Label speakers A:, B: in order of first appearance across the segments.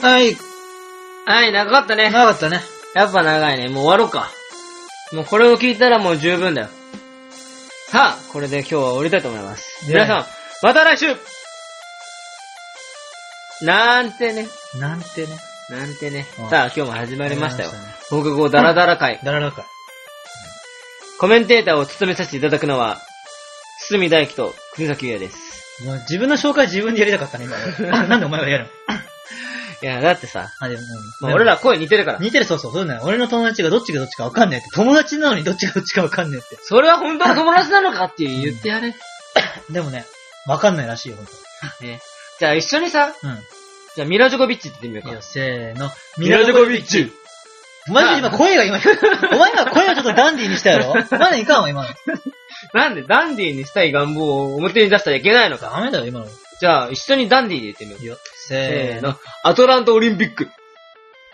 A: はい、
B: はい、長かったね。
A: 長かったね。
B: やっぱ長いね。もう終わろうか。もうこれを聞いたらもう十分だよ。さあ、これで今日は終わりたいと思います。
A: ね
B: 皆さん、また来週なんてね。
A: なんてね。
B: なんてね
A: うん。
B: さあ、今日も始まりましたよ
A: 始まりま。
B: 放課後ダラダラ会。
A: だららか。
B: コメンテーターを務めさせていただくのは、堤大輝と国崎優也です。
A: もう自分の紹介自分でやりたかったね、 今。あなんでお前がやるの
B: いや、だってさ、
A: あ、でも、
B: まあ、俺ら声似てるから。
A: 似てる、そうそう、そうだよ。俺の友達がどっちがどっちかわかんねえって。友達なのにどっちがどっちかわかんねえっ
B: それは本当の友達なのかって言ってやれ。
A: て。でもね、わかんないらしいよ、ほんと。
B: ねじゃあ一緒にさ、
A: う。
B: じゃあミラジョコビッチって言ってみようんか
A: いや、。せーの。
B: ビッチ
A: お前今声が今、 お前今声がちょっとダンディーにしたやろお前のいかんわ、今の。
B: なんでダンディーにしたい願望を表に出したらいけないのか
A: ダメだよ、今の。
B: じゃあ一緒にダンディーで言ってみよう。
A: いや、
B: せ
A: せ
B: ー
A: ーの。
B: の。アトランタオリンピック。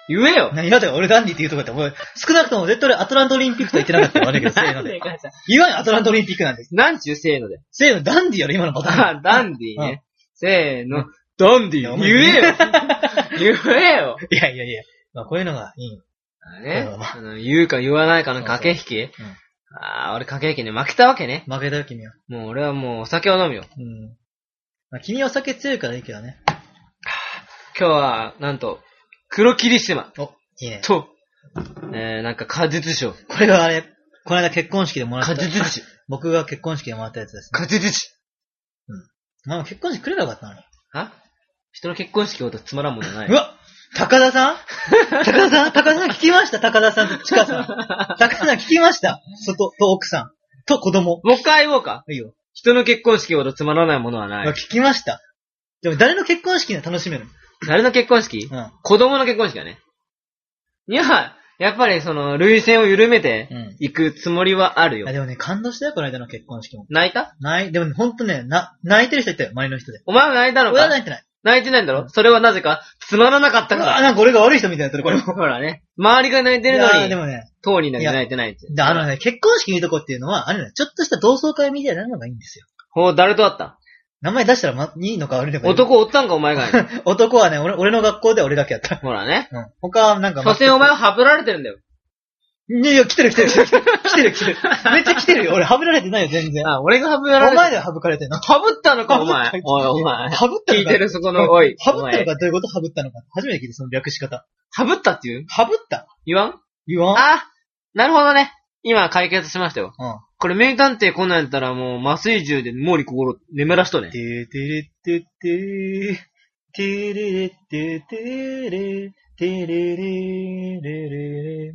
B: 言えよ。
A: 何やだよ、俺ダンディーって言うとこだって、お前、少なくとも絶対俺アトランタオリンピックとは言 ってなかったよ、悪いけど、せーので。言わんよアトランタオリンピックなんで す。
B: なんちゅうせーので。
A: せーの、ダンディーやろ、今のパターン。
B: あ、ダンディーね。せーの。ダンディ
A: いや
B: ー。
A: お
B: 言
A: 前
B: えよ。言えよ。
A: いやいやいや。まあ、こういうのがい い。
B: ね
A: うん。
B: あの、言うか言わないかの駆け引き
A: そうそう。
B: ああ、俺駆け引きね。負けたわけね。
A: 負けたよ、君は。
B: もう俺はもうお酒を飲むよ。
A: うん。まあ、君はお酒強いからいいけどね。
B: 今日は、なんと、黒霧島
A: お、いいね。
B: と、えー、なんか果実酒。
A: これはあれ、この間結婚式でもらっ
B: 果
A: た。
B: 実酒。
A: 僕が結婚式でもらったやつですね。
B: 果実酒。
A: まあ、結婚式くればよかったのに。
B: あ人の結婚式ほどつまらんものはな
A: う
B: い。
A: わ高 田さん高田さん高田さん聞きました高田さんとチカさん。 高田さん聞きました外と奥さん。と子供。
B: もう一回言おうか。
A: いいよ。
B: 人の結婚式ほどつまらないものはな
A: まあ
B: い。
A: 聞きました。でも誰の結婚式なら楽しめる
B: 誰の結婚式
A: うん。
B: 子供の結婚式だね。いや、やっぱりその、類線を緩めて
A: うん
B: いくつもりはあるよ
A: あ。でもね、感動したよ、この間の結婚式も。
B: 泣いた
A: ない、でもね、ほんとね、な、泣いてる人いたよ、前の人で。
B: お前は泣いたの
A: 俺は
B: か
A: 泣いてない。
B: 泣いてないんだろそれはなぜかつまらなかった
A: だ
B: か
A: から、
B: ら。
A: あなんか俺が悪い人みたいになってる、これも。
B: ほらね。周りが泣いてる
A: いや
B: の
A: ーで
B: に、
A: もね、
B: 当人だけ泣いてないって。
A: であのね、結婚式いうとこっていうのは、あれね、ちょっとした同窓会みたいなのがいいんですよ。
B: ほう、誰と会った
A: 名前出したら、ま、いいのか悪いのか。。
B: 男おったんか、お前が。
A: 男はね、俺、俺の学校では俺だけやった。
B: ほらね。
A: うん。他はなんか、
B: 所詮お前はハブられてるんだよ。
A: いやいや、来てる来てる来てる。来てる来てる。めっちゃ来てるよ。俺、はぶられてないよ、全然。
B: あ、俺がハブられて
A: お
B: る。
A: 前でははぶかれてんの。は
B: ハブったのか、お前
A: ハブっ。た
B: おい、お前。
A: ぶったの
B: 聞
A: か
B: いてる、そこの、おい。
A: はぶっ
B: お
A: たの
B: 前
A: かどういうことはぶったのか。初めて聞いた、その略し方。
B: ハブったって言う
A: はぶった
B: 言わん
A: 言わん
B: あなるほどね。今解決しましたよ。
A: うん。
B: これ名探偵コナンやったらもう麻酔銃で毛利心眠らしとね
A: て。ーてれってってー。てーれれってーてーれー。てーれれれれれ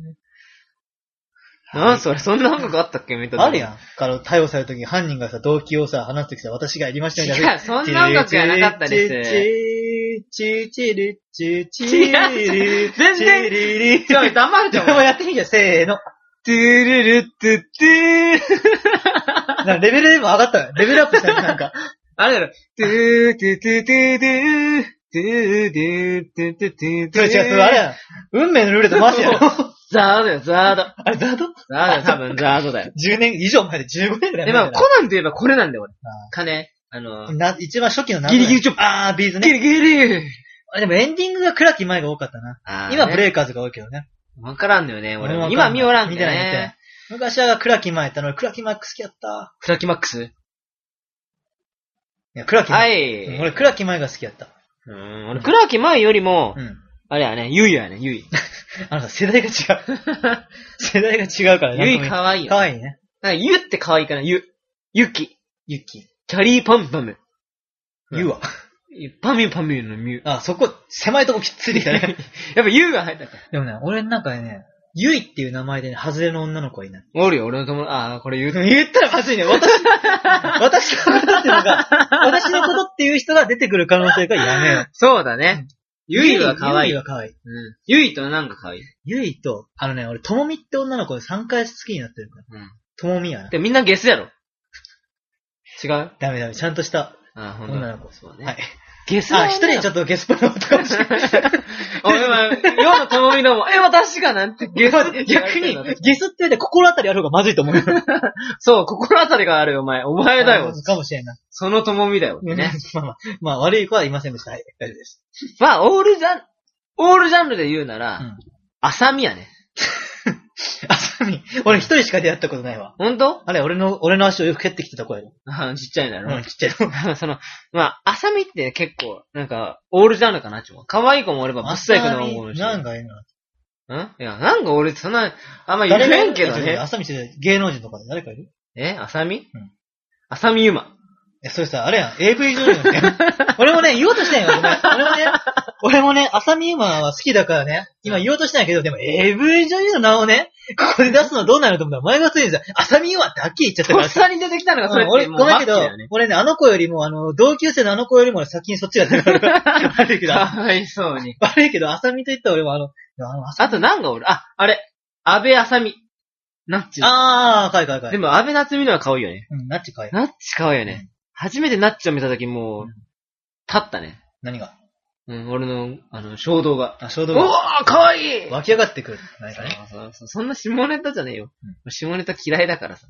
B: なんそれ、そんな音楽あったっけ名探偵。
A: あるやん。から逮捕されるときに犯人がさ、動機をさ、話すときさ、私がやりましたみたいな。
B: 違う、そんな音楽やなかったです。
A: す。チーチールチーチー
B: 違う全然
A: 然
B: ちょい、黙るじ
A: じ
B: ゃ
A: ゃ
B: ん
A: あ、。もうやってみてよ、せーの。
B: トゥルルットゥットゥー。
A: なんかレベルでも上がったのよレベルアップしたのなんか。
B: あれだろ。トゥートゥトゥトゥトゥー。トゥートゥートゥトゥトゥ
A: 違う違う、それあれやん。運命のルーレットマジやろ。
B: ザードよ、ザード。
A: あれ、ザード
B: ザ ードよ、多分ザードだよ。
A: ?10 年以上前で15年ぐらい
B: で、
A: 前
B: ま
A: だ
B: あ、
A: よ
B: コナンといえばこれなんだよ、俺。金、あ
A: あ
B: の
A: ー、な一番初期の名
B: ギリギリチョップ
A: あー、ビーズ
B: ギ
A: ね。
B: リギリ
A: あでもエンディングが暗き前が多かったな。今ブレイカーズが多いけどね。
B: わからんのよね、俺
A: 俺もわ
B: も。
A: かんな
B: 今
A: い
B: 見おらん
A: 見
B: で
A: てない見てない
B: ね。。
A: 昔は暗き前やったの俺、暗き前好きやった。
B: フラキマックス
A: いや、暗き
B: は
A: 前。
B: い。
A: うん俺、暗き前が好きやった。
B: うん、俺、倉木前よりも
A: う、ん。
B: あれやね、ゆいやね、ゆい。
A: あのさ、世 代が違う。世代が違うから
B: ゆい
A: か
B: かわいいよ。
A: かわいいね。
B: なんかゆってかわいいかな、ゆ。ゆき。
A: ゆき。
B: キャリーパンパム。
A: ゆは。
B: パミュパミュのミュ。
A: あ、そこ、狭いとこきっつりだ ね。
B: やっぱゆが入ったから。
A: でもね、俺の中でね、ゆいっていう名前でね、ハズレの女の子はいない。
B: おるよ、俺の友達。あー、これ言う。
A: 言ったらまずいね。私、私 のことっていうのが、私のことっていう人が出てくる可能性がやめよう。
B: そうだね。ゆいはかわいい
A: ゆい。は可愛い。
B: うんゆいとなんかかわいい。
A: ゆいと、あのね、俺、ともみって女の子で3回好きになってるから。
B: うん。
A: ともみやな。
B: で、みんなゲスやろ。違う
A: ダメダメ、ちゃんとした。
B: あ、ほんと
A: 女の子。
B: そう
A: は
B: ね
A: い。。
B: ゲス
A: あ、一人
B: ょ
A: ちょっとゲスパの男かもしれない。
B: 俺は、世のともみのも、え、私がなんてゲスって 言われ
A: 逆
B: てる
A: に
B: の。、
A: ゲスってね、心当たりある方がまずいと思うよ。
B: そう、心当たりがあるよ、お前。お前だ よ。
A: かもしれんな
B: そのともみだよ。
A: い。
B: ね。
A: まあまあ、まあ悪い子はいませんでした。はい、大丈夫です。
B: まあ、オールじゃ、オールジャンルで言うなら、
A: うん
B: 浅見やね。
A: あさみ、俺一人しか出会ったことないわ。
B: ほんと
A: あれ、俺の、俺の足をよく蹴ってきてた声だ。
B: あちっちゃいな
A: う
B: ろ
A: ん、。ちっちゃい の。
B: その、まあ、浅見って結構、なんか、オールジャンルかなって思う。可愛い子もおれば、ぶっさい子もおるし。
A: なんかいいな。
B: んいや、なんか俺、そんな、あんま言えんけどね。
A: あさみ芸能人とかで誰かいる
B: え浅見
A: うん
B: 浅見ゆま。
A: え、それさ、あれやん、AV 女優 のね。俺もね、言おうとしたんよ、ごめん俺もね、俺もね、浅見今は好きだからね、今言おうとしたんやけど、でも AV 女優の名をね、ここで出すのどうなると思ったら、前がついにさ、浅見今だけ言っちゃっ
B: と
A: たか
B: っ
A: らさ。
B: さに出てきたのがそれ
A: うん
B: っ
A: 俺、
B: て、もう
A: ごめんけど
B: マッチだよね、
A: 俺ね、あの子よりも、あの、同級生のあの子よりも先にそっちが出 たから。悪いけど、
B: かわいそうに。
A: 悪いけど、浅見と言ったら俺もあの、あの、浅
B: あとなんか俺、あ、あれ、安倍浅見。ナッチ。
A: あー、かいかいか
B: で
A: い。
B: も安倍夏美のは可愛いよね。
A: うん、なっちかい。
B: ナッチ可愛いよね。初めてナッチを見たときもう
A: うん、
B: 立ったね。
A: 何が
B: うん、俺の、あの、衝動が。
A: あ、衝
B: お
A: 動
B: ー
A: が
B: 可愛い
A: 湧き上がってくる。何かね。
B: そうそうそんな下ネタじゃねえよ
A: うん。
B: 下ネタ嫌いだからさ。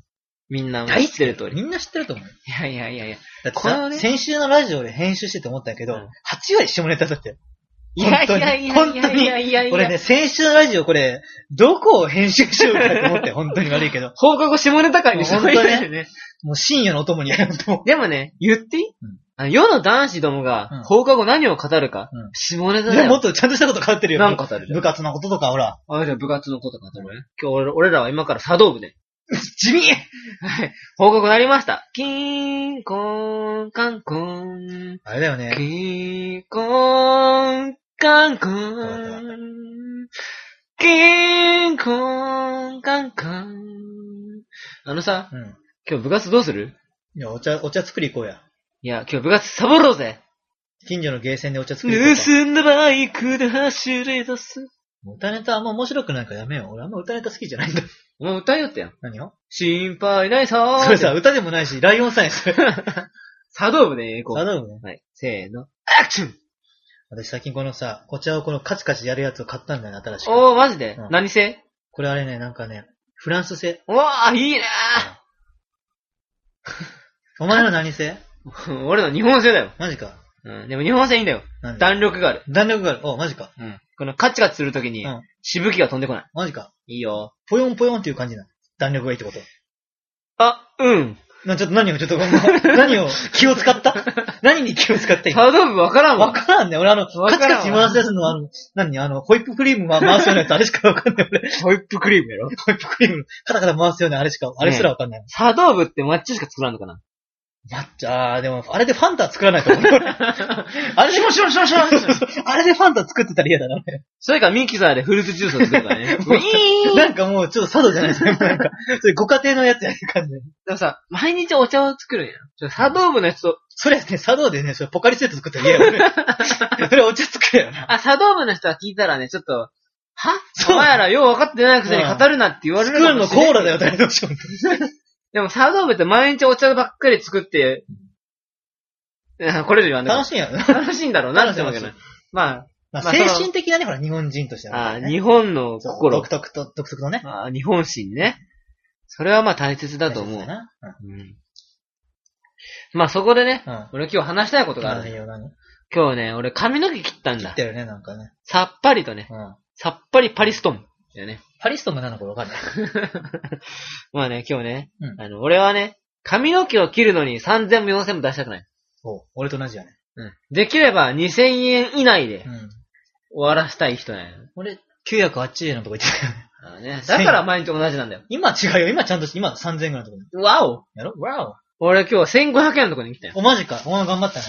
B: みんな
A: 大
B: 知
A: 好
B: っ
A: き
B: てる通り。い
A: みんな知ってると思う。
B: やいやいやいや。
A: だって
B: これは
A: さ、
B: ね
A: 先週のラジオで編集してて思ったんやけど、
B: うん
A: 8割下ネタだったよ。
B: いやいやいやいやいやいやいや。
A: 俺ね、先週のラジオこれ、どこを編集しようかって 思って、本当に悪いけど。
B: 放課後下ネタ会にし
A: 本当ね
B: ね。
A: もう深夜のお供にやろうと思う。
B: でもね、言っていい、
A: ん
B: あの世の男子ども
A: う
B: が
A: ん
B: 放課後何を語るか、
A: うん
B: 下ネタ
A: で
B: だ
A: ももっ
B: よ。
A: とちゃんとしたこと変わってるよ。
B: 何語るじゃん
A: 部。活のこととか、ほら。
B: あ、じゃあ部活のこと語るね。今日俺俺らは今から茶道部で。
A: 地味
B: はい。放課後なりました。キーン、コーン、カンコーン。
A: あれだよ
B: キ
A: ね。
B: ーン、コーン、カンコ
A: わかったわか
B: ーン。キーン、コーン、カンコーン。あのさ、
A: うん。
B: 今日部活どうする
A: いや、お茶、お茶作り行こうや。
B: いや、今日部活サボろうぜ。
A: 近所のゲーセンでお茶作り行こうか。
B: 盗んだバイクで走り出す。
A: もう歌ネタあんま面白くないからやめよう。俺あんま歌ネタ好きじゃない んだ。
B: お前歌いよったやん。
A: 何を
B: 心配ないさー。
A: それさ、、歌でもないし、ライオンさん やそれ。
B: 茶道部ね、行こ
A: 頼むね。
B: う。はい。せーの。アクション
A: 私最近このさ、お茶をこのカチカチやるやつを買ったんだよね、新しく。
B: おー、マジで、
A: うん
B: 何せ
A: これあれね、なんかね、フランス製。
B: うわー、いいね
A: お前の何製
B: ー。 俺の日本製だよ。
A: マジか。
B: うん。でも日本製いいんだよ。
A: なんで
B: 弾力がある。
A: 弾力がある。お、マジか。
B: うん。このカチカチするとき
A: う
B: に、
A: ん。
B: しぶきが飛んでこな
A: マジか。
B: い。いいよ。
A: ぽよんぽよんっていう感じな。弾力がいいってこと。
B: あ、うん。
A: な、ちょっと何を、ちょっと、 何を、気を使った何に気を使った今
B: 茶道部わからん
A: わ
B: わ。
A: からんね。俺あの、
B: わ
A: カチ
B: からんわ
A: カチ回すやつの、あの、何あの、ホイップクリームは回すようなやつ、あれしかわかんない。俺、
B: ホイップクリームやろ
A: ホイップクリームの、カタカタ回すようなあれしか、あれすらわかんない。
B: 茶道部って抹茶しか作らんのかな
A: 抹茶、あーでも、あれでファンタ作 らないと思う。あれで、
B: もしもしもし もし
A: あれでファンタ作ってたら嫌だな。
B: それかミキサーでフルーツジュースを作る からね。ウィーン
A: なんかもうちょっと佐渡じゃない ですか。なんか、それご家庭のやつやる感じ。
B: でもさ、毎日お茶を作るんや。ちょ茶道部のやつと、
A: それね、佐渡でね、それポカリスエット作ったら 嫌やよ。それお茶作れよな。
B: あ、茶道部の人は聞いたらね、ちょっと、は
A: そう
B: お前らよう分かってないくせに語るなって言われる
A: 作るの
B: もし
A: コ
B: れん
A: ーラだよ、誰でもしよう。
B: でも茶道部って毎日お茶ばっかり作って、あこれ以上言わんでも
A: 楽しいんやろな。
B: 楽しいんだろうなってわけ
A: 楽しい
B: ない
A: 楽。
B: ま
A: まあ、
B: まあ
A: 精神的なね、ほら、日本人として
B: あ、
A: は
B: あ
A: ね。
B: 日本の
A: そう
B: 心
A: 独、特と、独特のね。
B: あ日本心ね。それはまあ大切だと思う。
A: 大切だなうん
B: うんまあそこでね、
A: うん。
B: 俺今日話したいことがある。
A: 内容何
B: 今日ね、俺髪の毛切ったんだ
A: だ。よね、なんかね。
B: さっぱりとね、
A: うん。
B: さっぱりパリストン。だよね。
A: パリストも何のこれわかんない。
B: まあね、今日ね、
A: うん
B: あの、俺はね、髪の毛を切るのに3000も4000も出したくない。
A: おう俺と同じやね。
B: うん。できれば2000円以内で
A: うん。
B: 終わらしたい人なんや。
A: 俺、908円のとこ行ってたよ ね。
B: あのね、だから毎日同じなんだよ。
A: 今違うよ、今ちゃんとし、今3000円ぐらいのとこに。
B: わお
A: やろわ
B: 俺今日1500円のとこに来たよ。
A: お。お、マジか。お前頑張ったね。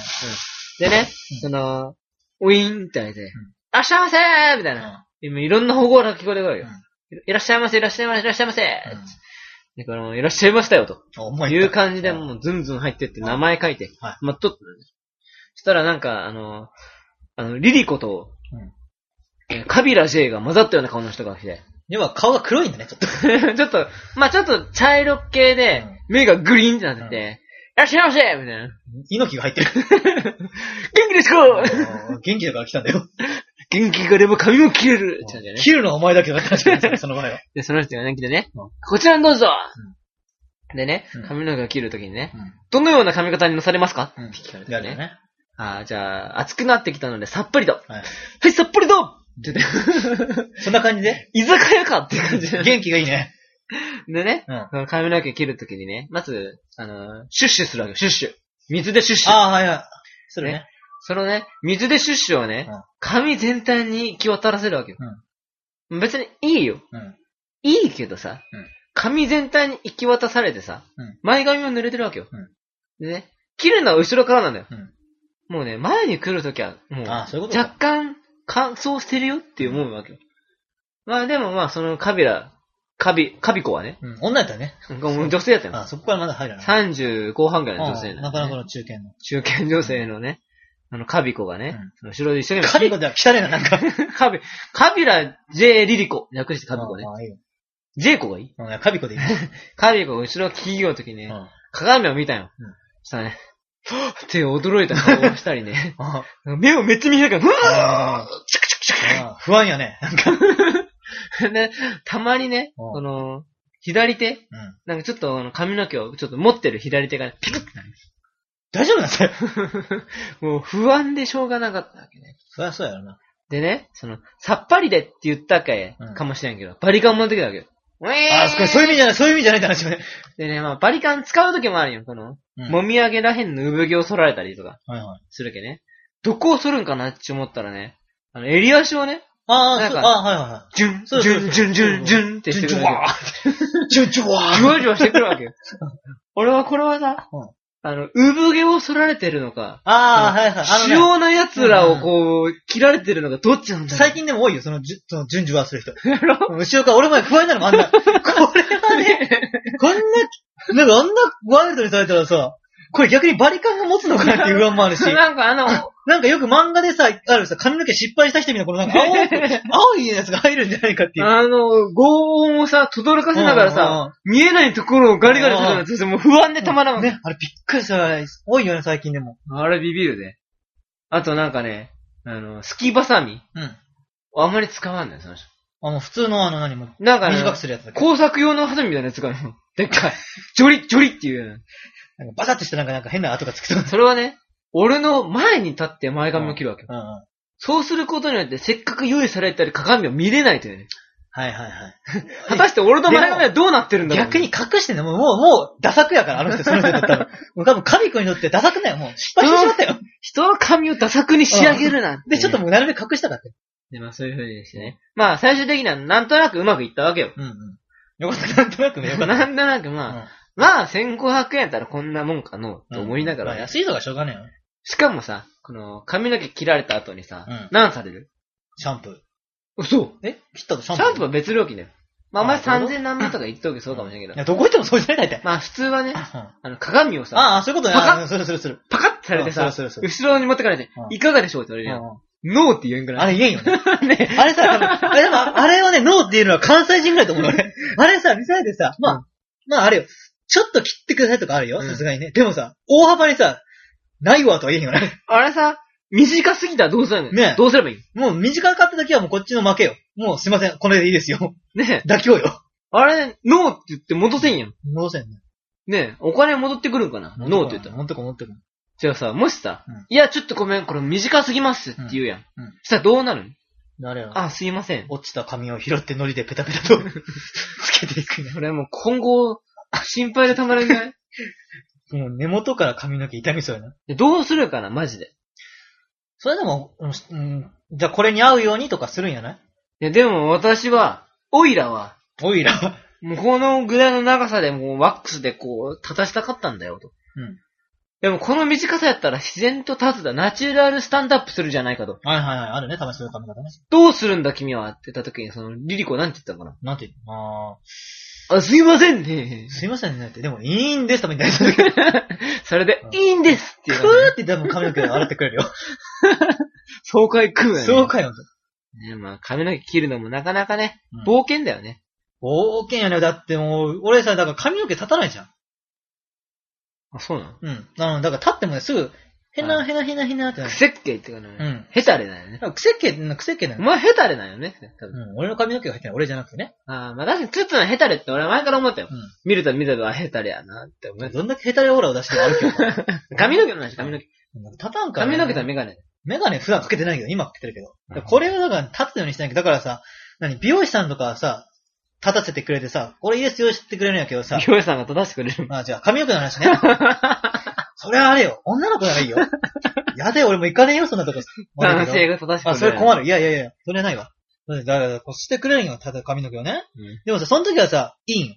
B: でね
A: うん、
B: その、ウィーンって開いて、いらっしゃいませーみたいな。今いろんな方向から聞こえてくるよ。いらっしゃいませ、いらっしゃいませ、いらっしゃいませ
A: うん
B: で、この、いらっしゃいましたよと。
A: あお前
B: いう感じで、
A: う。
B: もう、ずんずん入ってって、名前書いて、
A: はい
B: まあ、取ったのね。そしたら、なんか、あの、あの、リリコと、
A: うん
B: えーカビラ J が混ざったような顔の人が来て、
A: 要は顔が黒いんだね、ちょっと。
B: ちょっと、まあ、ちょっと茶色系で
A: うん、
B: 目がグリーンってなってて、いらっしゃいませみたいな。
A: 猪木が入ってる。
B: 元気ですか
A: 元気だから来たんだよ。
B: 元気があれば髪も切れるって感じだね。
A: 切るのはお前だけだから確かに、そ の場合は。
B: で、その人がね、来てね、
A: うん
B: こちらにどうぞ、でね
A: うん、
B: 髪の毛を切るときにね、
A: うん。
B: どのような髪型になされますか、
A: うん
B: って聞かれて
A: やるよ
B: ね。
A: ね。
B: ああ、じゃあ、暑くなってきたので、さっぱりと。
A: はい。
B: はい、さっぱりとって言って。
A: そんな感じ で
B: 居酒屋かっていう感じで。
A: 元気がいいね。
B: でね、
A: うん
B: その髪の毛切るときにね、まず、あのー、シュッシュするわけ、シュッシュ。水でシュッシュ。
A: ああ、はいはい。それね。
B: そのね、水でシュッシュをね、
A: うん
B: 髪全体に行き渡らせるわけよ。別にいいよ。
A: うん。
B: いいけどさ、
A: うん
B: 髪全体に行き渡されてさ、
A: うん
B: 前髪も濡れてるわけよ。
A: うん
B: でね、切るのは後ろからなんだよ。
A: うん
B: もうね、前に来るときは、もう、
A: あそういうことか
B: 若干乾燥してるよって思うわけよ。まあでもまあ、そのカビラ、カビ、カビ子はね、
A: うん。女やったらね。
B: なんかもう女性やったよ。
A: あそこからまだ入らない。
B: 30後半ぐらいの女性
A: うん
B: な
A: な
B: のね
A: かなかの中堅の。
B: 中堅女性のね、あの、カビ子がね
A: うん、
B: その後ろで一生懸命、
A: カビコでは汚いな、なんか。
B: カビ、カビラ J リリコ、略してカビ子ね
A: あ。あいいよ
B: J 子がいい
A: うんいやカビコでいいね。
B: カビ子が後ろ企業の時にね、
A: うん
B: 鏡を見たよ。
A: うん。
B: そしたらね、はぁって驚いた顔をしたりね
A: あ
B: 目をめっちゃ見えるから、うわ
A: あ
B: ぁチクチクチ
A: あ不安やね。
B: クで、たまにね、
A: うん
B: この、左手、
A: うん
B: なんかちょっとあの髪の毛をちょっと持ってる左手がねピクってなる。
A: 大丈夫なんだよ。
B: もう不安でしょうがなかったわけね。
A: そりゃそうやろな。
B: でね、その、さっぱりでって言ったかえ、
A: うん
B: かもしれんけど、バリカンも出てきたわけよ。
A: ああ、そこそういう意味じゃない、そういう意味じゃないって話もね。
B: でね、まあ、バリカン使う時もあるよ。この、
A: うん
B: もみあげらへんの産毛を剃られたりとか
A: はいはい。
B: するけね。どこを剃るんかなって思ったらね、あの、襟足をね、
A: あ
B: な
A: あ、
B: ん
A: そう、
B: か
A: ああ、はいはいは
B: ジュン、ジ
A: そうそうそ
B: ュ
A: う
B: ン、ジュン、ジュン、ジュンって
A: い。
B: して
A: ジ
B: く
A: ュ
B: る
A: ワ
B: わ
A: ー ジュンジュワ
B: け。
A: ー
B: じゅわじゅわしてくるわけよ。俺はこれはさ
A: うん、
B: あの、産毛を剃られてるのか、
A: ああ、はいはい。あ
B: 主
A: のね
B: 要な奴らをこう、切られてるのがどっちなんだろ
A: 最
B: う。
A: 近でも多いよ、その、じゅその、順序はする人。
B: やろ
A: 後ろから俺前不安なのもあん な。これはね、こんな、なんかあんなワイルドにされたらさ、これ逆にバリカンが持つのかなっていう不安も あるし、
B: なんかあの、
A: なんかよく漫画でさ、あるさ、髪の毛失敗した人みたいな、このなんか青い、 青いやつが入るんじゃないかっていう。
B: あの、合音をさ、とどろかせながらさ、見えないところをガリガリするのって、もう不安で
A: うん、
B: たまらんわけ。
A: ね、あれびっくりした。多いよね、最近でも。
B: あれビビるで。あとなんかね、あの、スキーバサミ
A: うん。
B: あんまり使わんねん、その人。
A: あ、もう普通のあの何も、
B: なんかね、
A: 短くするやつだけど。
B: 工作用のハサミみたいなやつがあるの。でっかい。ジョリッジョリッっていうよう
A: なんかバカってしてなんかなんか変な跡がつくとか
B: な。。それはね、俺の前に立って前髪を切るわけよ。
A: うんうん。はい
B: そうすることによって、せっかく用意されたり鏡を見れないというね。
A: はいはい。
B: 果たして俺の前髪はどうなってるんだろう。
A: 逆に。隠してんのもう、もう、もう、ダサくやから、あの人、その人だっ たら。もう多分、神子にとってダサくないよ、もう。失敗してしまったよ。
B: 人は髪をダサくに仕上げるなんて。
A: で、ちょっともう、なるべく隠したかったよ。
B: で、まあそういう風にしてね。まあ最終的にはなんとなくうまくいったわけよ。
A: うんうん。よかった、なんとなくね、よかった。
B: なんとなく
A: う
B: まあ、
A: ん
B: まあ1500円やったらこんなもんかの、 と思いなが
A: うんまあ
B: ら。
A: 安いのがしょうがねえよ。
B: しかもさ、この髪の毛切られた後にさ
A: うん、
B: 何される
A: シャンプー。
B: 嘘
A: え切ったとシャン
B: シ
A: プ
B: ャ
A: ー
B: ンプーは別料金だよ。まあお前
A: あそういうこと
B: 3000何万とか言っとけそうかもしれんけ
A: い
B: ど。
A: や、どこ行ってもそうじゃない、大体。
B: まあ普通はね、
A: あ
B: あの鏡をさ、
A: あ、そういうことね。
B: パカッ
A: うんするするする。
B: パカッてされて
A: う
B: さ
A: ん、するするする
B: 後ろに持ってかれて
A: う、ん
B: いかがでしょうって言われるよ。
A: う
B: ノーって言うんぐ
A: んあ
B: らい。
A: れ言えんよね。
B: ね
A: あれさ、多分あれでもあれをね、ノーっていうのは関西人ぐらいと思うよ俺。あれさ、見せられてさ、ま
B: う
A: あ、まああれよ。ちょっと切ってくださいとかあるよ、
B: うん
A: さすがにね。でもさ、大幅にさ、ないわとは言えんよね。
B: あれさ、短すぎたらどうするの
A: ね
B: どうすればいい
A: もう短かった時はもうこっちの負けよ。もうすいません、これでいいですよ。
B: ね
A: 妥協よ。
B: あれ、ノーって言って戻せんやん。
A: 戻せんね。
B: ねえ、お金戻ってくるんかなノーって言ったら。
A: 持ってこ持ってこ。
B: じゃあさ、もしさ
A: うん、
B: いや、ちょっとごめん、これ短すぎますって言うやん
A: うんうん。
B: したらどうなるの
A: あれよ。
B: あ、すいません。
A: 落ちた紙を拾ってノリでペタペタ とつけていくね。
B: これもう今後、心配でたまらんじゃない
A: もう根元から髪の毛痛みそうやな。
B: でどうするかな、マジで。
A: それでも、うん、じゃあこれに合うようにとかするんやない
B: いや、でも私は、オイラは、
A: おいら は。
B: もうこのぐらいの長さでもうワックスでこう、立たしたかったんだよと。
A: うん。
B: でもこの短さやったら自然と立つだ。ナチュラルスタンドアップするじゃないかと。
A: はいはいはい、あるね、試しの髪型ね。
B: どうするんだ君はって言った時に、その、リリコなんて言ったのか
A: なんて言うのあ
B: なあ、すいませんね
A: ー。すいませんねって、でもいいんですとか言ったら、くーっ
B: それで
A: う、ん
B: いいんですっていう、
A: て多分髪の毛洗ってくれるよ。
B: 爽快食うね。
A: そうかよ。
B: ね、まあ、髪の毛切るのもなかなかね、
A: うん
B: 冒険だよね。
A: 冒険やね。だってもう、俺さ、だから髪の毛立たないじゃん。
B: あ、そうなの
A: うん。あの、だから立ってもね、すぐ、へ
B: は
A: ないへなへなへなってな
B: く
A: る。
B: せっけっていうか
A: う
B: ね、
A: ん。
B: ヘタレだよね
A: だ。から癖っ気、癖っ気な
B: お
A: の。
B: 前ヘタレなんよね。多分
A: うん。俺の髪の毛が入ってない。俺じゃなくてね。
B: あーまあ、確かにツッツのヘタレって俺は前から思ったよ。
A: うん
B: 見ると見ると、あ、ヘタレやなって思う。
A: どんだけヘタレオーラを出して歩けよ。
B: 髪の毛の話、髪の毛。
A: 立たんから、
B: 髪の毛と
A: だ
B: メガネ。
A: メガネ普段つけてないけど、今つけてるけ
B: うん
A: ど。これをだから立つようにしてないけど、だからさ、何、美容師さんとかはさ、立たせてくれてさ、これいいですよってくれるんやけどさ
B: 美、容師さんが立たせてくれる。
A: まあじゃあ髪の毛 の話ね。それはあれよ、女の子ならいいよ。やで、俺も行かねえよ、そんなとこ。
B: 男性が立たせてくれる。
A: あ、それ困
B: る。
A: る。いやいやいや、それはないわ。だから、こうしてくれるんよ、ただ髪の毛をね。
B: うん
A: でもさ、その時はさ、いいんよ。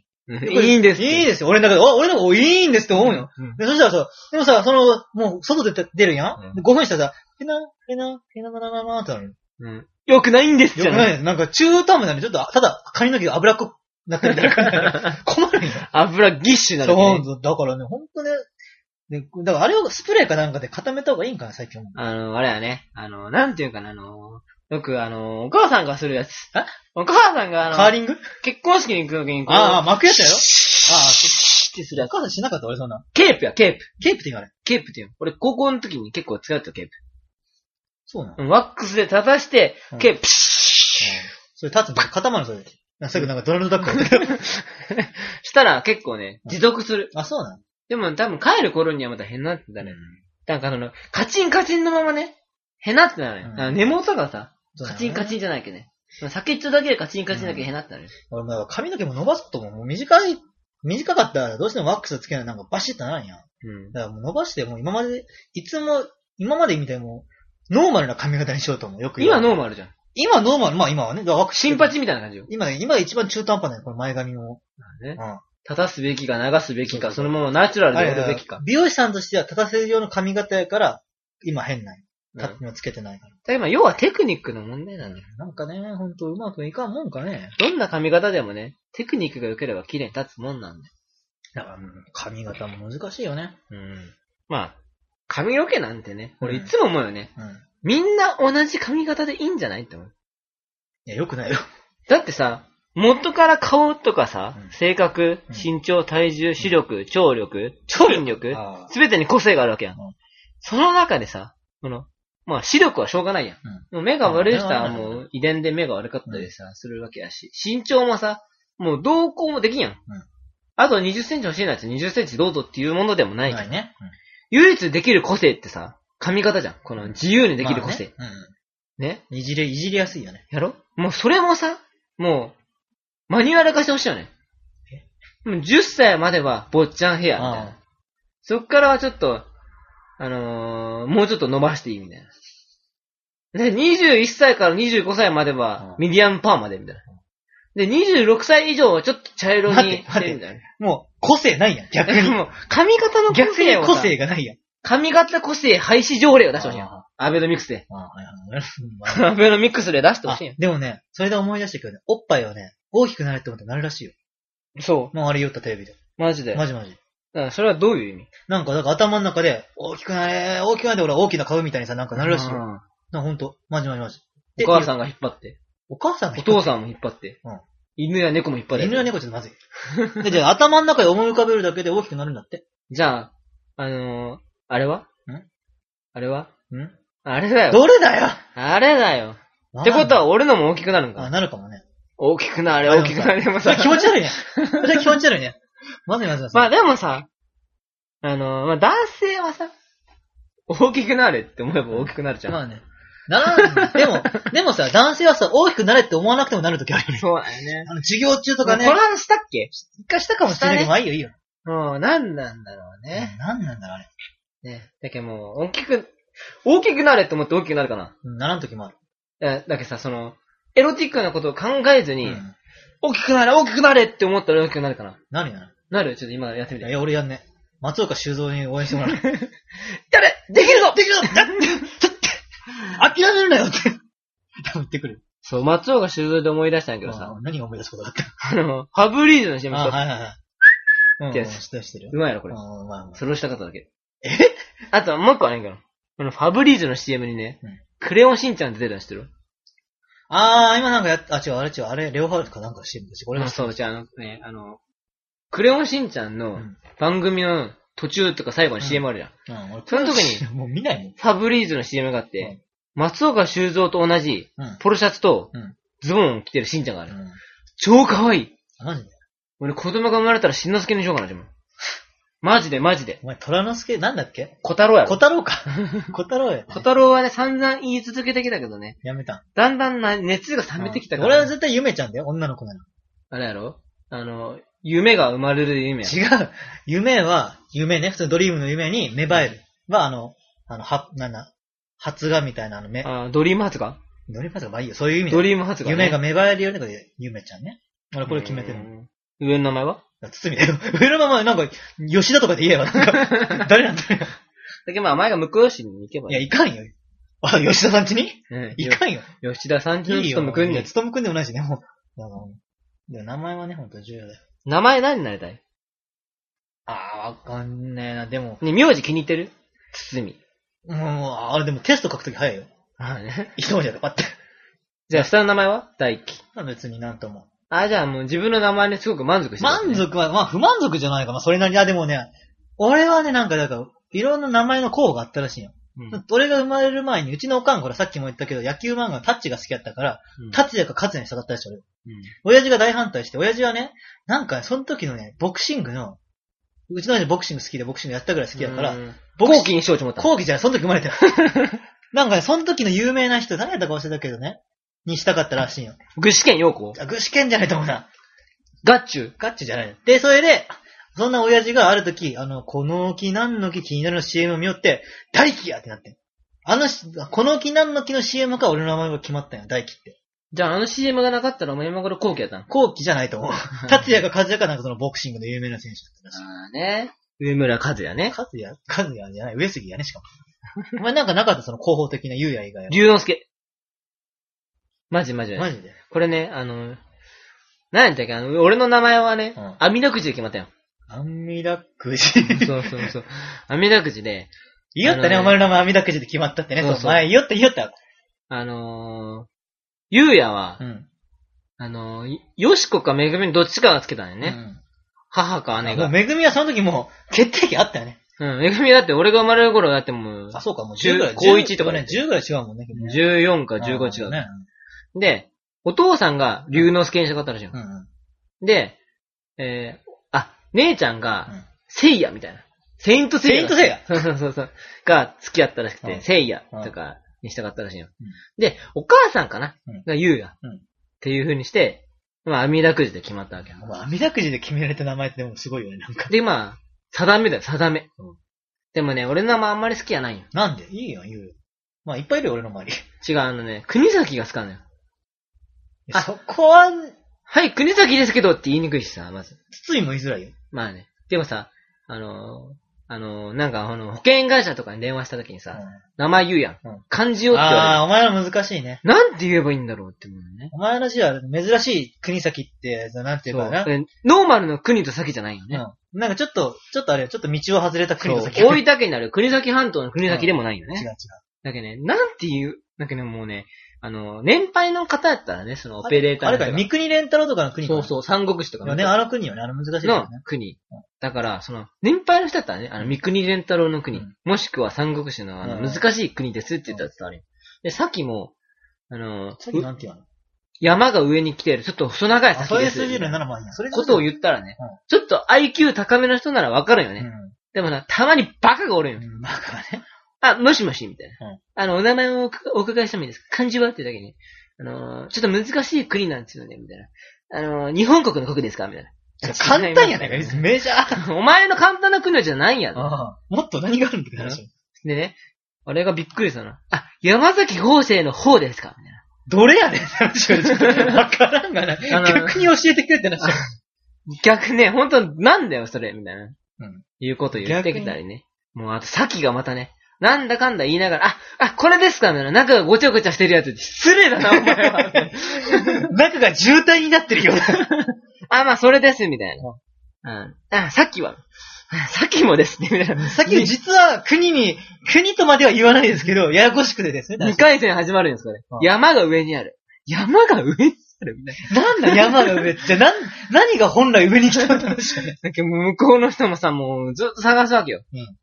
B: いいんです。
A: いいですよ。俺の中で、お俺の中で、おいいんですって思うよ。
B: うん。
A: で、そしたらさ、でもさ、その、もう、外出て、出るやん、
B: うん
A: で ?5 分したらさ、へな、へな、へな、ななななってなる。
B: うん。よくないんです
A: よ
B: じゃ
A: くないです。なんか中途半端なのに、ちょっと、ただ、髪の毛が脂っこくなってるみたいな感じだから 困るんよ。
B: 油ぎっしゅなるね。
A: そう、だからね、ほんとね、でだからあれをスプレーかなんかで固めた方がいいんかな、最近。
B: あの、あれやね。あの、なんていうかな、あの、よくあの、お母さんがするやつ。お母さんが
A: カ
B: あ
A: ー
B: の、
A: リング
B: 結婚式に行くときにこう、
A: ああ、巻くやつだよ。
B: シ
A: ああ、
B: ーってするや
A: お
B: つ。
A: 母さんしなかった俺そんな。
B: ケープや、ケープ。
A: ケープって言わない。
B: ケープっていうの。俺、高校の時に結構使ってたケープ。
A: そうなの。
B: うんワックスで立たして
A: うん、
B: ケープ、プシュー
A: それ立つの固まるのそれ。なすぐなんかドナルドダック。
B: したら結構ね、持続する。
A: あ、そうなの
B: でも多分帰る頃にはまた変なってたね。なんかその、カチンカチンのままね、変なってなるね
A: う。ん
B: あの根元がさ、
A: そう
B: カ
A: なの
B: チンカチンじゃないけどね。先っちょだけでカチンカチンだけ変なってなる。
A: 俺もだから髪の毛も伸ばそうと思う。もう短い、短かったらどうしてもワックスつけないなんかバシッとならんやん。
B: うん。
A: だからもう伸ばして、もう今まで、いつも、今までみたいにもう、ノーマルな髪型にしようと思う。よく言う
B: 今ノーマルじゃん。
A: 今ノーマル、まあ今はね、だからワックス
B: 新八みたいな感じよ。
A: 今ね、今一番中途半端だよ、この前髪も。
B: ね
A: うん
B: 立たすべきか流すべきか、そのままナチュラル
A: あ
B: で
A: れ
B: やる
A: だ
B: べきか。
A: 美容師さんとしては立たせる用の髪型やから、今変ない。
B: うんだ
A: 立つつけてないから。
B: から今、要はテクニックの問題なんだよ。
A: なんかね、ほんとうまくいかんもんかね。
B: どんな髪型でもね、テクニックが良ければ綺麗に立つもんなんだよ。
A: だから、うん髪型も難しいよね。
B: うん。まあ、髪の毛なんてね、俺
A: うん
B: いつも思うよね。
A: うん。
B: みんな同じ髪型でいいんじゃないって思う。
A: いや、よくないよ。
B: だってさ、元から顔とかさ
A: う、ん
B: 性格、
A: うん
B: 身長、体重、視力、聴力、筋力、すべてに個性があるわけやん
A: うん。
B: その中でさ、この、まあ視力はしょうがないやん。もう目が悪い人はもう遺伝で目が悪かったりさ、するわけやし、身長もさ、もう同行もできんやん。あと20センチ欲しいなって20センチどうぞっていうものでもないじゃん
A: ないね。
B: 唯一できる個性ってさ、髪型じゃん。この自由にできる個性。
A: まあね。
B: ね
A: うん。いじれ、いじりやすいよね。
B: やろもうそれもさ、もう、マニュアル化してほしいよね。もう10歳までは坊ちゃんヘアみたい
A: うん
B: な。そっからはちょっと、あのー、もうちょっと伸ばしていいみたいな。で、21歳から25歳までは
A: うん
B: ミディアムパーまでみたいな。で、26歳以上はちょっと茶色
A: 待って
B: にしてみたい
A: もう、個性ないやん、逆
B: な。
A: に。
B: もう、髪型の個
A: 逆
B: 性
A: に
B: を
A: 個
B: さ、
A: 性がないやん。
B: 髪型個性廃止条例を出してほしいよ
A: あ。
B: アベノミクスで。
A: あはいはいうんまあ
B: アベノミクスで出してほ
A: あ
B: しいよ。
A: でもね、それで思い出したけどね、おっぱいはね、大きくなれって思ったらなるらしいよ。
B: そ
A: もうあれ言ったテレビで。
B: う。マジで。
A: マジマジ。
B: うん、それはどういう意味
A: なんか、だから頭の中で、大きくなれ、大きくなれて俺は大きな顔みたいにさ、なんかなるらしいよ。
B: う
A: な、ほんと。マジマジマジ。
B: んお母さ
A: ん。
B: んが引っ張って。
A: お母さんが
B: お
A: 引っ張
B: 父
A: って
B: さんも引っ張って
A: うん。
B: 犬や猫も引っ張って。
A: 犬や猫ちょっ とまずい。で、じゃあ頭の中で思い浮かべるだけで大きくなるんだって。
B: じゃあ、あのー、あれは
A: ん
B: あれは
A: ん
B: あれだよ。
A: どれだよ
B: あれだよ。 ってことは、俺のも大きくなるん
A: あ、
B: か。
A: なるかもね。
B: 大きくなれ、
A: あで
B: 大
A: もさ
B: きくなれ。でも
A: そ
B: さ
A: れ気持ち悪いね。それ気持ち悪いね。まずいまずいまずい。
B: まあでもさ、あのー、まあ男性はさ、大きくなれって思えば大きくなるじゃん。
A: まあね。なん、でも、でもさ、男性はさ、大きくなれって思わなくてもなるときあるよね。
B: そうだよね。
A: あの、授業中とかね
B: こ、の話したっけ
A: 一回したかもしれないけど、まあいいよいいよ。
B: もう、なんなんだろうね。
A: え、なんなんだろう、あれ。
B: ね。だけどもう、大きく、大きくなれって思って大きくなるかな。
A: うんならんときもある。
B: えだけどさ、その、エロティックなことを考えず
A: う
B: に、
A: ん。
B: 大きくなれ、大きくなれって思ったら大きくなるかな。
A: なるよな。
B: なるちょっと今やってみ
A: い
B: て。
A: やい
B: や
A: や、俺やんね。松岡修造に応援してもらう。や
B: れ できるぞ
A: で きるぞやってちょっと諦めるなよって。多分言ってくる。
B: そう、松岡修造で思い出したんやけど
A: あ
B: さ、
A: ー何が思い出すことだった
B: あの、ハブリーズの CM
A: あー、
B: と、
A: はいはいはい。うんうん、
B: ってやつ
A: 知ってる知ってるよ
B: う。まいやろ、こ
A: うん
B: れ。
A: うんまあまあ
B: それをしたかっただけ。
A: え
B: あと、もう一個あれんけど。このファブリーズの CM にね
A: うん、
B: クレヨンしんちゃん出てるの知ってる
A: あー、今なんかやっ、あ、違う、あれ違う、あれ、レオファルトかなんかしてるんですよ。俺
B: あ
A: が。
B: そう、じゃあ、あのね、あの、クレヨンしんちゃん
A: う
B: の
A: ん
B: 番組の途中とか最後に CM あるじゃん。
A: うん、俺、
B: その時に、
A: もう見ないもん。
B: ファブリーズの CM があって、松岡修造と同じ
A: うん。
B: ポロシャツと
A: うん
B: ズボンを着てるしんちゃんがある。
A: うん。
B: 超可愛い
A: あマジで
B: 俺子供が生まれたらしんのすけにしようかな、自分。 マジでマジで。
A: お前、虎之助、なんだっけ
B: 小太郎や
A: 小
B: ろ。
A: 太郎か。小 太郎やね。
B: 小太郎はね、散々言い続けてきたけどね、
A: やめた。
B: だんだんな熱が冷めてきたから、
A: 俺は絶対夢ちゃんだよ、女の子なの。
B: あれやろあの、夢が生まれる夢や。
A: 違う。夢は、夢ね、普通のドリームの夢に芽生える。は、あの、あの、は、なんだ、発芽みたいなあの目。
B: あドリーム発芽
A: ドリーム発芽まあいいよ、そういう意味だ
B: ド
A: よ
B: リーム発芽、ね。
A: 夢が芽生えるようにこれ、夢ちゃんね。俺これ決めてるの。
B: の。上の名前は
A: 包みだよ。上のまま、なんか、吉田とかで言えば、なん か誰なんだよ。
B: だけどまあ、前が向吉に行けば
A: いや、いかんよ。あ、吉田さんちに
B: うん
A: いかんよ。
B: よ吉田さんち
A: い
B: の
A: いよ。
B: 勤むくん
A: いや
B: に。
A: つとむくんでもないしね、もう。あの、でも名前はね、ほんと重要だよ。
B: 名前何になりたい
A: あー、わかんねえな。でも、
B: ね、名字気に入ってる堤。
A: もう、あれでもテスト書くとき早いよ。
B: ああね。
A: 一文字だと、パって。
B: じゃあ、下の名前は大輝。
A: まあ別になんとも。
B: あ、じゃあもう自分の名前にすごく満足してる、
A: 満足は、まあ不満足じゃないか。まあそれなりに、あ、でもね、俺はね、なんか、だから、いろんな名前の候補があったらしいよ。
B: うん
A: 俺が生まれる前に、うちのおかん、ほら、さっきも言ったけど、野球漫画、タッチが好きだったから、
B: うん
A: タッチだか勝つにしたかったでしょ、俺
B: うん
A: 親父が大反対して、親父はね、なんか、その時のね、ボクシングの、うちの親父ボクシング好きでボクシングやったぐらい好きだから、、ボクシ
B: 後
A: ン
B: 期にしようと思った。
A: 後期じゃない、その時生まれてる。 なんかね、その時の有名な人、誰やったか忘れたけどね、にしたかったらしいんよ。
B: 具志堅用子
A: あ、具志堅じゃないと思うな。
B: ガッチュ。
A: ガッチュじゃない。で、それで、そんな親父がある時、あの、この木何の木気になるの CM を見よって、大輝やってなってんあのし、この木何の木の CM か俺の名前が決まったんよ、大輝って。
B: じゃあ、あの CM がなかったら、お前今頃後期やったの
A: 後期じゃないと思う。 達也か和也かなんかそのボクシングの有名な選手だったらしい。
B: ああね。上村和也ね。
A: カズヤ、カズヤじゃない、上杉やね、しかも。 お前なんかなかった、その広報的な優也以外は。
B: 龍之介。マジマジマジ。
A: マジで。
B: これね、あの、何やったっけあの、俺の名前はね
A: うん、
B: あみだくじで決まったよ。
A: アンミラくじ。
B: そうそうそう。あみだくじで、
A: 言いよったね、
B: あのね
A: お前の名前アミダくじで決まったってね。
B: そう
A: そう
B: そう
A: 前言いよった、言いよった。
B: あのー、ゆうやは、
A: ん。
B: あのー、よしこかめぐみのどっちかがつけたんだよね。母か
A: うん。
B: 姉
A: もう、
B: が。
A: めぐみはその時もう、決定機あったよね。
B: うん、めぐみだって俺が生まれる頃だってもう、
A: あ、そうか、もう
B: 10
A: 10ぐらい。
B: 高一とかね
A: ね、10ぐらい違うもんね。
B: 14か15違
A: 違
B: う。
A: ね。
B: で、お父さんが龍之介にしたかったらしいの
A: う。んうん。
B: で、えー、あ、姉ちゃん
A: う
B: が
A: ん、
B: 聖夜みたいな。セイント聖夜。
A: セイン ト
B: そうそうそうそう。が付き合ったらしく
A: う
B: て、
A: ん
B: 聖夜とかにしたかったらしいよ
A: うん。
B: で、お母さんかな
A: うん
B: が優也。
A: う
B: っ
A: ん
B: ていう風にして、まあ、網だくじで決まったわけよ。
A: もうアミダくじで決められた名前ってでもすごいよね、なんか。
B: で、まあ、定めだよ、定め
A: うん。
B: でもね、俺の名前あんまり好きじゃないよ。
A: なんでいいよ、言うよ。まあ、いっぱいいるよ、俺の周り。い
B: 違う、あのね、国崎が好かんのよ。
A: や
B: あ
A: そこは、
B: はい、国崎ですけどって言いにくいしさ、まず。
A: 包みも言いづらいよ。
B: まあね。でもさ、あのーあのーなんか、あの、保険会社とかに電話した時にさ、名前言うやん。
A: うん
B: 漢字
A: う
B: をっ
A: ん
B: て言われ
A: ああ、お前ら難しいね。
B: る。なんて言えばいいんだろうって思うよね。
A: お前の字は珍しい国崎って、なんていうかな。
B: そうノーマルの国と先じゃないよね。
A: うん。なんかちょっと、ちょっとあれよ、ちょっと道を外れた国の
B: そう
A: 先。違う違
B: 大分県にある国崎半島の国崎でもないよね。
A: う。
B: だけどね、なんて言う、だけどねもうね、あの、年配の方やったらね、そのオペレーター
A: あ
B: の
A: れ
B: 人が
A: か、三国連太郎とかの国か
B: そうそう、三国志とか
A: よね、あの国よね、あれ難しいです
B: の
A: よね。
B: 国
A: う。
B: だから、その、年配の人だったらね、あの、三国連太郎の国、
A: うん
B: もしくは三国志のあの
A: うん
B: 難しい国ですって言ったら伝わるよ。で、さっきも、あの、
A: さっきなんていうの
B: 山が上に来てる、ちょっと細長い
A: あ
B: 先
A: そういう
B: です。
A: 数字のならまあいいや。それ
B: ことを
A: う。
B: 言ったらね
A: うん、
B: ちょっと IQ 高めの人ならわかるよね。
A: う
B: でもな、たまにバカがおるんよ。
A: ん。バカはね。
B: あ、もしもし、みたいな。
A: うん
B: あの、お名前をお伺お伺いしてもいいですか漢字はってだけに。あのー、ちょっと難しい国なんですよね、みたいな。あのー、日本国の国ですかみたいな。
A: 簡単やないか、別にメジャー。
B: お前の簡単な国じゃないやん。
A: もっと何があるんだって話。
B: でね、俺がびっくりしたな。あ、山崎法生の方ですかみたいな。
A: どれやねんって話がちょっとわからんがな
B: あの。
A: 逆に教えてくれって 話。
B: 逆ね、本当なんだよ、それ、みたいな。
A: うん
B: いうこと言ってきたりね。もう、あと、さきがまたね、なんだかんだ言いながら、あ、あ、これですかみたいな。なんかごちゃごちゃしてるやつ、失礼だな、お前は。
A: 中が渋滞になってるような。
B: あ、まあ、それです、みたいな。うん。あ、さっきは、あさっきもですね、みたいな。
A: さっきの実は国に、国とまでは言わないですけど、ややこしくてですね。
B: 2回戦始まるんです、これ
A: うん。
B: 山が上にある。山が上にあるみたい
A: なんだ山が上って、じゃあなん、何が本来上に来たんだろう
B: な。だけど向こうの人もさ、もうずっと探すわけよ。
A: うん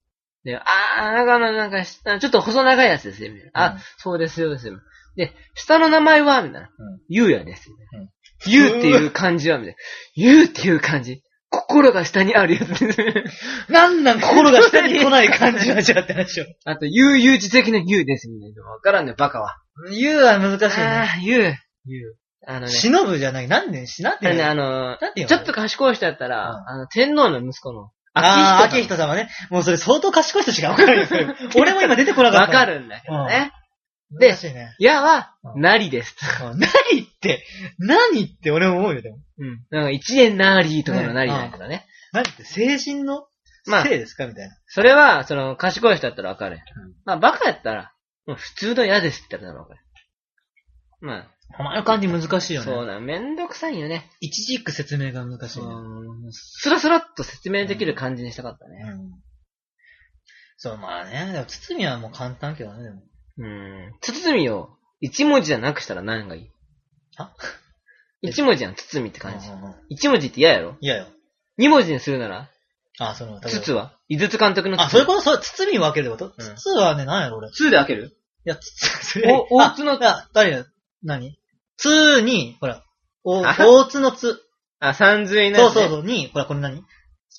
B: で、あー、なんか、なんか、しあちょっと細長いやつですね、みたいな。あ、
A: うん
B: そうですよ、ですよ。で、下の名前は、みたいな
A: うん。
B: ゆうやです、みたいな
A: うん。
B: ゆうっていう漢字は、みたいな。ゆうっていう漢字。心が下にあるやつです。
A: なんなん心が下に来ない感じはじゃあって話を。
B: あと、悠々自適の悠ですみたいな。わからんね、バカは。
A: 言うは難しい
B: あ
A: ね。
B: あ、悠。
A: 言う。
B: あのね、
A: 忍ぶじゃない。なんで、しなん
B: あの
A: て
B: ね、
A: 言う
B: あの
A: なんて言うの
B: ちょっと賢い人だったら、
A: うん
B: あの、天皇の息子の、
A: ああ、
B: 明
A: 秋
B: 人
A: 人様ね。もうそれ相当賢い人しかわからないです よ。俺も今出てこなか
B: わ
A: った。
B: かる
A: る。
B: んだけどね。で
A: 難しいね。
B: やは、
A: うん
B: なりです。
A: うん何って、何って俺も思うよ、でも。
B: うん。なんか、一年なりとかのなりだからね。
A: 何って成人の
B: まあ
A: せいですかみたいな。
B: それは、その、賢い人だったらわかるよ。
A: うん
B: まあ、バカやったら、もう普通の嫌ですって言ったらわかる。まあ、
A: お前の感じ難しいよ
B: そう
A: ね。
B: な、めんどくさいよね。
A: 一字一句説明が難しいね。
B: うんスラスラっと説明できる感じにしたかったね。
A: うんそう、まあね。でも、包みはもう簡単けどね、でも。
B: うん。包みを、一文字じゃなくしたら何がいい
A: あ
B: 一文字やん、包みって感じ
A: う。んうんうん
B: 一文字って嫌やろ
A: いやよ。
B: 二文字にするなら、
A: あ、その、
B: つつは井筒監督のつつ。
A: あ、そういうことそう、包み分けるってこと
B: うん
A: 筒はね、何やろ、俺。い
B: つで開ける
A: や、筒、それ
B: お、大津の
A: い、や、誰や、何つに、ほら、お、
B: あ
A: 大津のつ。
B: あ、三髄の
A: そ
B: や
A: う
B: つ
A: そ
B: ね、
A: うそう、に、ほら、これ何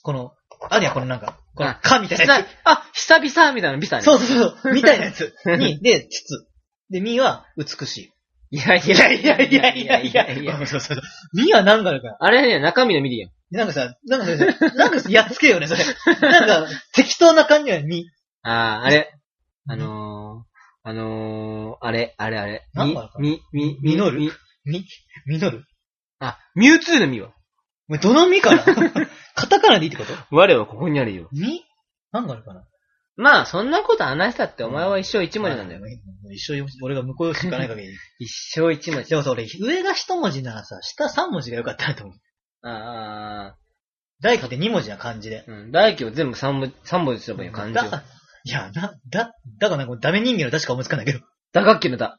A: この、あるやん、これなんか、この
B: あ、
A: かみたいなや
B: 久あ、久々みたいなビサね。
A: つ。そうそう そう、みたいなやつ。に、で、筒。で、みは、美し
B: い
A: い。
B: やい
A: い
B: や
A: や
B: い
A: い
B: や
A: や
B: い
A: い
B: や
A: や
B: い
A: い
B: や
A: や
B: い
A: い
B: や
A: や
B: い
A: い
B: や
A: や。 そうそう。みは何かあるから。
B: あれね、中身の見りやん。
A: なんかさ、なんかさ、なんかやっつけよね、それ。なんか、適当な感じはに。
B: ああ、あれ。あのー、あのー、あれ、あれあれ。
A: なん
B: み
A: かある、か
B: み、み、み、
A: 実る
B: み
A: に、実る。
B: あ、ミュウツーのみは。
A: お前どのみかな カタカナでいいってこと
B: 我はここにあるよ。
A: に何があるかな
B: まあ、そんなこと話したってお前は一生一文字なんだよ。。
A: 一生、俺が向こうしかない限り。
B: 一生一文字。
A: でもさ、俺、上が一文字ならさ、下三文字が良かったなと思う。
B: ああ、
A: 大輝って二文字な感じで。
B: うん。大輝を全部三文字、三文字すればいいよ、漢字を。
A: だいや、だ、だ、だからなんかダメ人間の確か思いつかないけど。
B: 打楽器の打。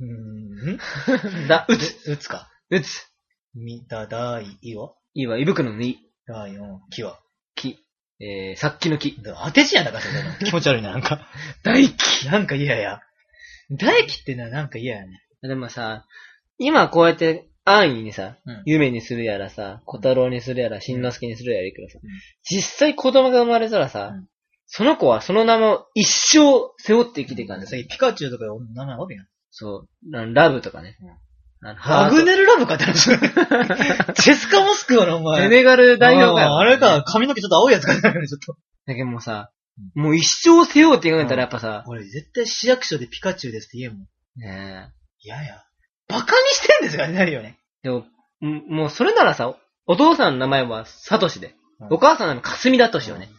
A: うーん。
B: 打、打
A: う
B: つ、
A: つ。うつか。
B: 打つ。
A: み、だ、だ、い、いは
B: イは胃袋のイ、
A: だ、い、うん、きは。
B: 木、えー、殺気の木。
A: だから当て字やんだからそれなんか 気持ち悪いな、なんか。
B: 大気
A: なんか嫌や。大輝ってのはなんか嫌やね。
B: でもさ、今こうやって安易にさ、
A: うん
B: 夢にするやらさ、小太郎にするやら、しんのすけにするやらいいけどさ、
A: うん
B: 実際子供が生まれたらさ、
A: うん
B: その子はその名前を一生背負って生きていかんだ
A: さ
B: よ。
A: っきピカチュウとかいう名前おるやん。
B: そう、あのラブとかね。あのハー
A: アグ
B: ト
A: ネルラブかって 話。チェスカモスクはな、お前。
B: セネガル代表か
A: あー
B: よ。
A: あれか、髪の毛ちょっと青いやつかな、ちょっと。
B: だけどもうさ、もう一生背負っていかんたらやっぱさ、
A: 俺絶対市役所でピカチュウですって言えんもん。
B: ねえ
A: いやいや。バカにしてんですからね、なるよね。
B: でも、んもうそれならさ、お父さんの名前はサトシで、
A: うん
B: お母さんの名前かすみだとしようね。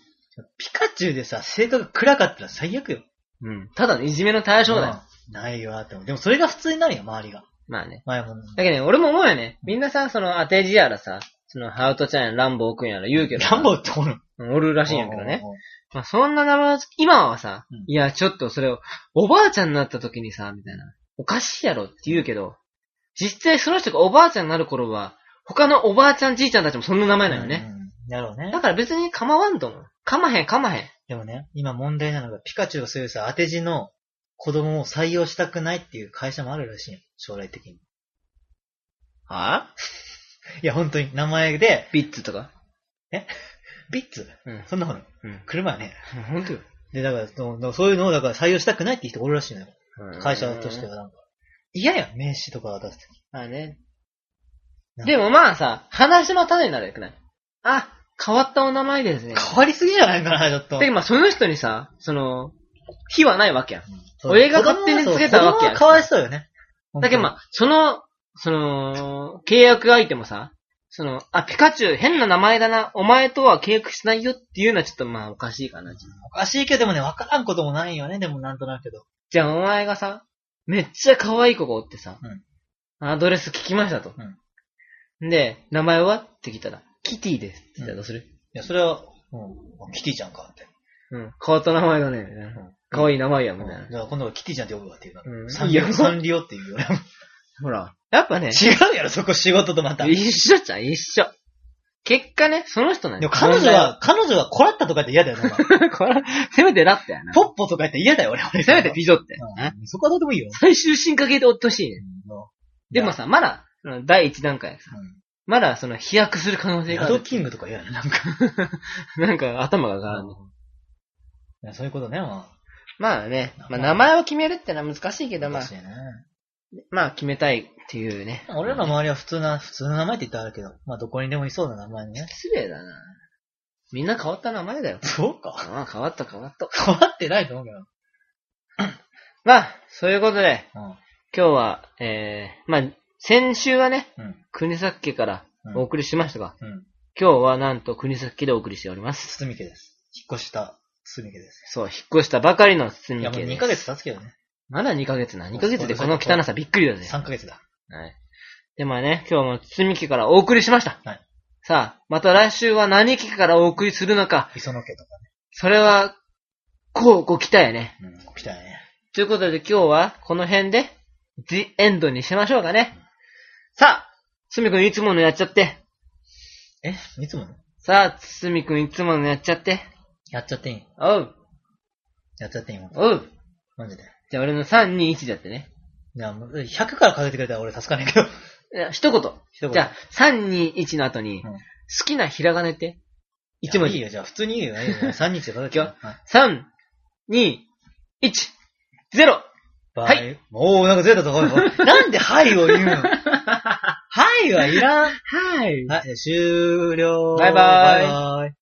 A: ピカチュウでさ、性格暗かったら最悪よ。
B: うん。ただのいじめの対象だよ。
A: うんないわって思う。でもそれが普通になるよ、周りが。
B: まあね。
A: 前も。
B: だけどね、俺も思うよね。みんなさ、その、当て字やらさ、その、ハウトちゃんやら、ランボーくんやら言うけどさ。
A: ランボーっておる
B: うんおるらしいんやけどね。。まあ、そんな名前は、今はさ
A: うん、
B: いや、ちょっとそれを、おばあちゃんになった時にさ、みたいな。おかしいやろって言うけど、実際その人がおばあちゃんになる頃は、他のおばあちゃんじいちゃんたちもそんな名前なのね。
A: うん。やろうね
B: だ。から別に構わんと思う。構まへん、構まへん。
A: でもね、今問題なのが、ピカチュウがそういうさ、当て字の子供を採用したくないっていう会社もあるらしいよ、将来的に。
B: はい
A: や、本当に、名前で、
B: ビッツとか。
A: ビッツ
B: うん。
A: そんなもの、
B: うん。
A: 車はね。
B: ほんとよ。
A: で、だからその、そういうのを、だから採用したくないって人おるらしいのよ。会社としてはなんか。嫌やん、名刺とか出すとき。
B: まあね。
A: なんか
B: でもまあさ、話の種になるよくないあ、変わったお名前ですね。
A: 変わりすぎじゃないかな、ちょっと。
B: で、まあその人にさ、その、非はないわけやん。
A: そう
B: 俺が勝手につけたわけや
A: 子供はかわいそうよね。
B: だけどまあ、その、その、契約相手もさ、その、あ、ピカチュウ変な名前だな、お前とは契約しないよっていうのはちょっとまあおかしいかな。
A: おかしいけどでもね、わからんこともないよね、でもなんとなくけど。
B: じゃあお前がさ、めっちゃ可愛い子がおってさ、
A: うん
B: アドレス聞きましたと。で、名前はって聞いたら、キティですって言ったらどうする、
A: いや、それは、うん、キティちゃんかって。
B: うん、変わった名前だね。可愛い名前や、みたいな。
A: じゃあ今度はキティちゃんって呼ぶわっていうか
B: うん。
A: サン
B: い
A: リ
B: や
A: オ、サンリオっていうよ。
B: ほら。やっぱね、
A: 違うやろ、そこ仕事とまた。で
B: 一緒じゃん、一緒。結果ね、その人なん
A: も彼女は、彼女はコラッタとかやって嫌だ よ、なんか
B: これ、せめてラットやな。
A: ポッポとかやって嫌だよ、俺。俺
B: せめてピゾって。
A: うんそこはどうでもいいよ。
B: 最終進化系で追ってほしいね。
A: うん
B: でもさ、まだ、第一段階さ。
A: うん
B: まだその飛躍する可能性が
A: ヤ
B: あ
A: ド
B: る。
A: キングとか嫌やな。
B: なんか頭が上がらんね。
A: いやそういうことね、も
B: まあね、まあ
A: まあ。
B: 名前を決めるってのは難しいうけど、まあ
A: 難し、いね。
B: まあ決めたいっていうね。
A: 俺らの周りは普通な、普通の名前って言ったらあるけど、まあどこにでもいそうな名前ね。
B: 失礼だな。みんな変わった名前だよ。
A: そうか。
B: ああ、変わった変わった。
A: 変わってないと思うけど。
B: まあ、そういうことで、
A: うん。
B: 今日は、えー、まあ、先週はね、
A: うん。
B: 国崎家からお送りしましたが、
A: うん。
B: 今日はなんと国崎家でお送りしております。
A: 堤家です。引っ越した堤家です。
B: そう、引っ越したばかりの
A: い
B: 堤
A: や、
B: 家
A: も
B: で
A: う
B: す。
A: 2ヶ月経つけどね。
B: まだ2ヶ月な。2ヶ月でこの汚さびっくりだぜ。
A: 3ヶ月だ。
B: はい。で、まあね、今日も堤家からお送りしました。
A: はい
B: さあ、また来週は何家からお送りするのか、
A: 磯野家とか
B: それは、こうご期待やね。
A: ね。うん。来たね。
B: ということで今日はこの辺で、The End にしましょうかね。さあ、つみくんいつものやっちゃって。
A: えいつもの
B: さあ、つみくんいつものやっちゃって。
A: やっちゃっていい
B: おう、
A: やっちゃっていいもん。
B: おう。
A: マジで。
B: じゃあ俺の3、2、1でやってね。
A: いや、もう100から数えてくれたら俺助かんないけど。
B: いや一言。
A: 一言
B: じゃあ、3、2、1の後に、
A: うん
B: 好きなひらがねって。一文
A: いやいい
B: 字。
A: よ、じゃあ普通にいいよ。いいよ3日で数えて
B: いくよ。3、2、1、0。
A: は。
B: はい
A: おー、なんかずれた ところ。なんではいを言うのはいはいらん。
B: はい。
A: はい、終了。
B: バイバイ
A: バイバイ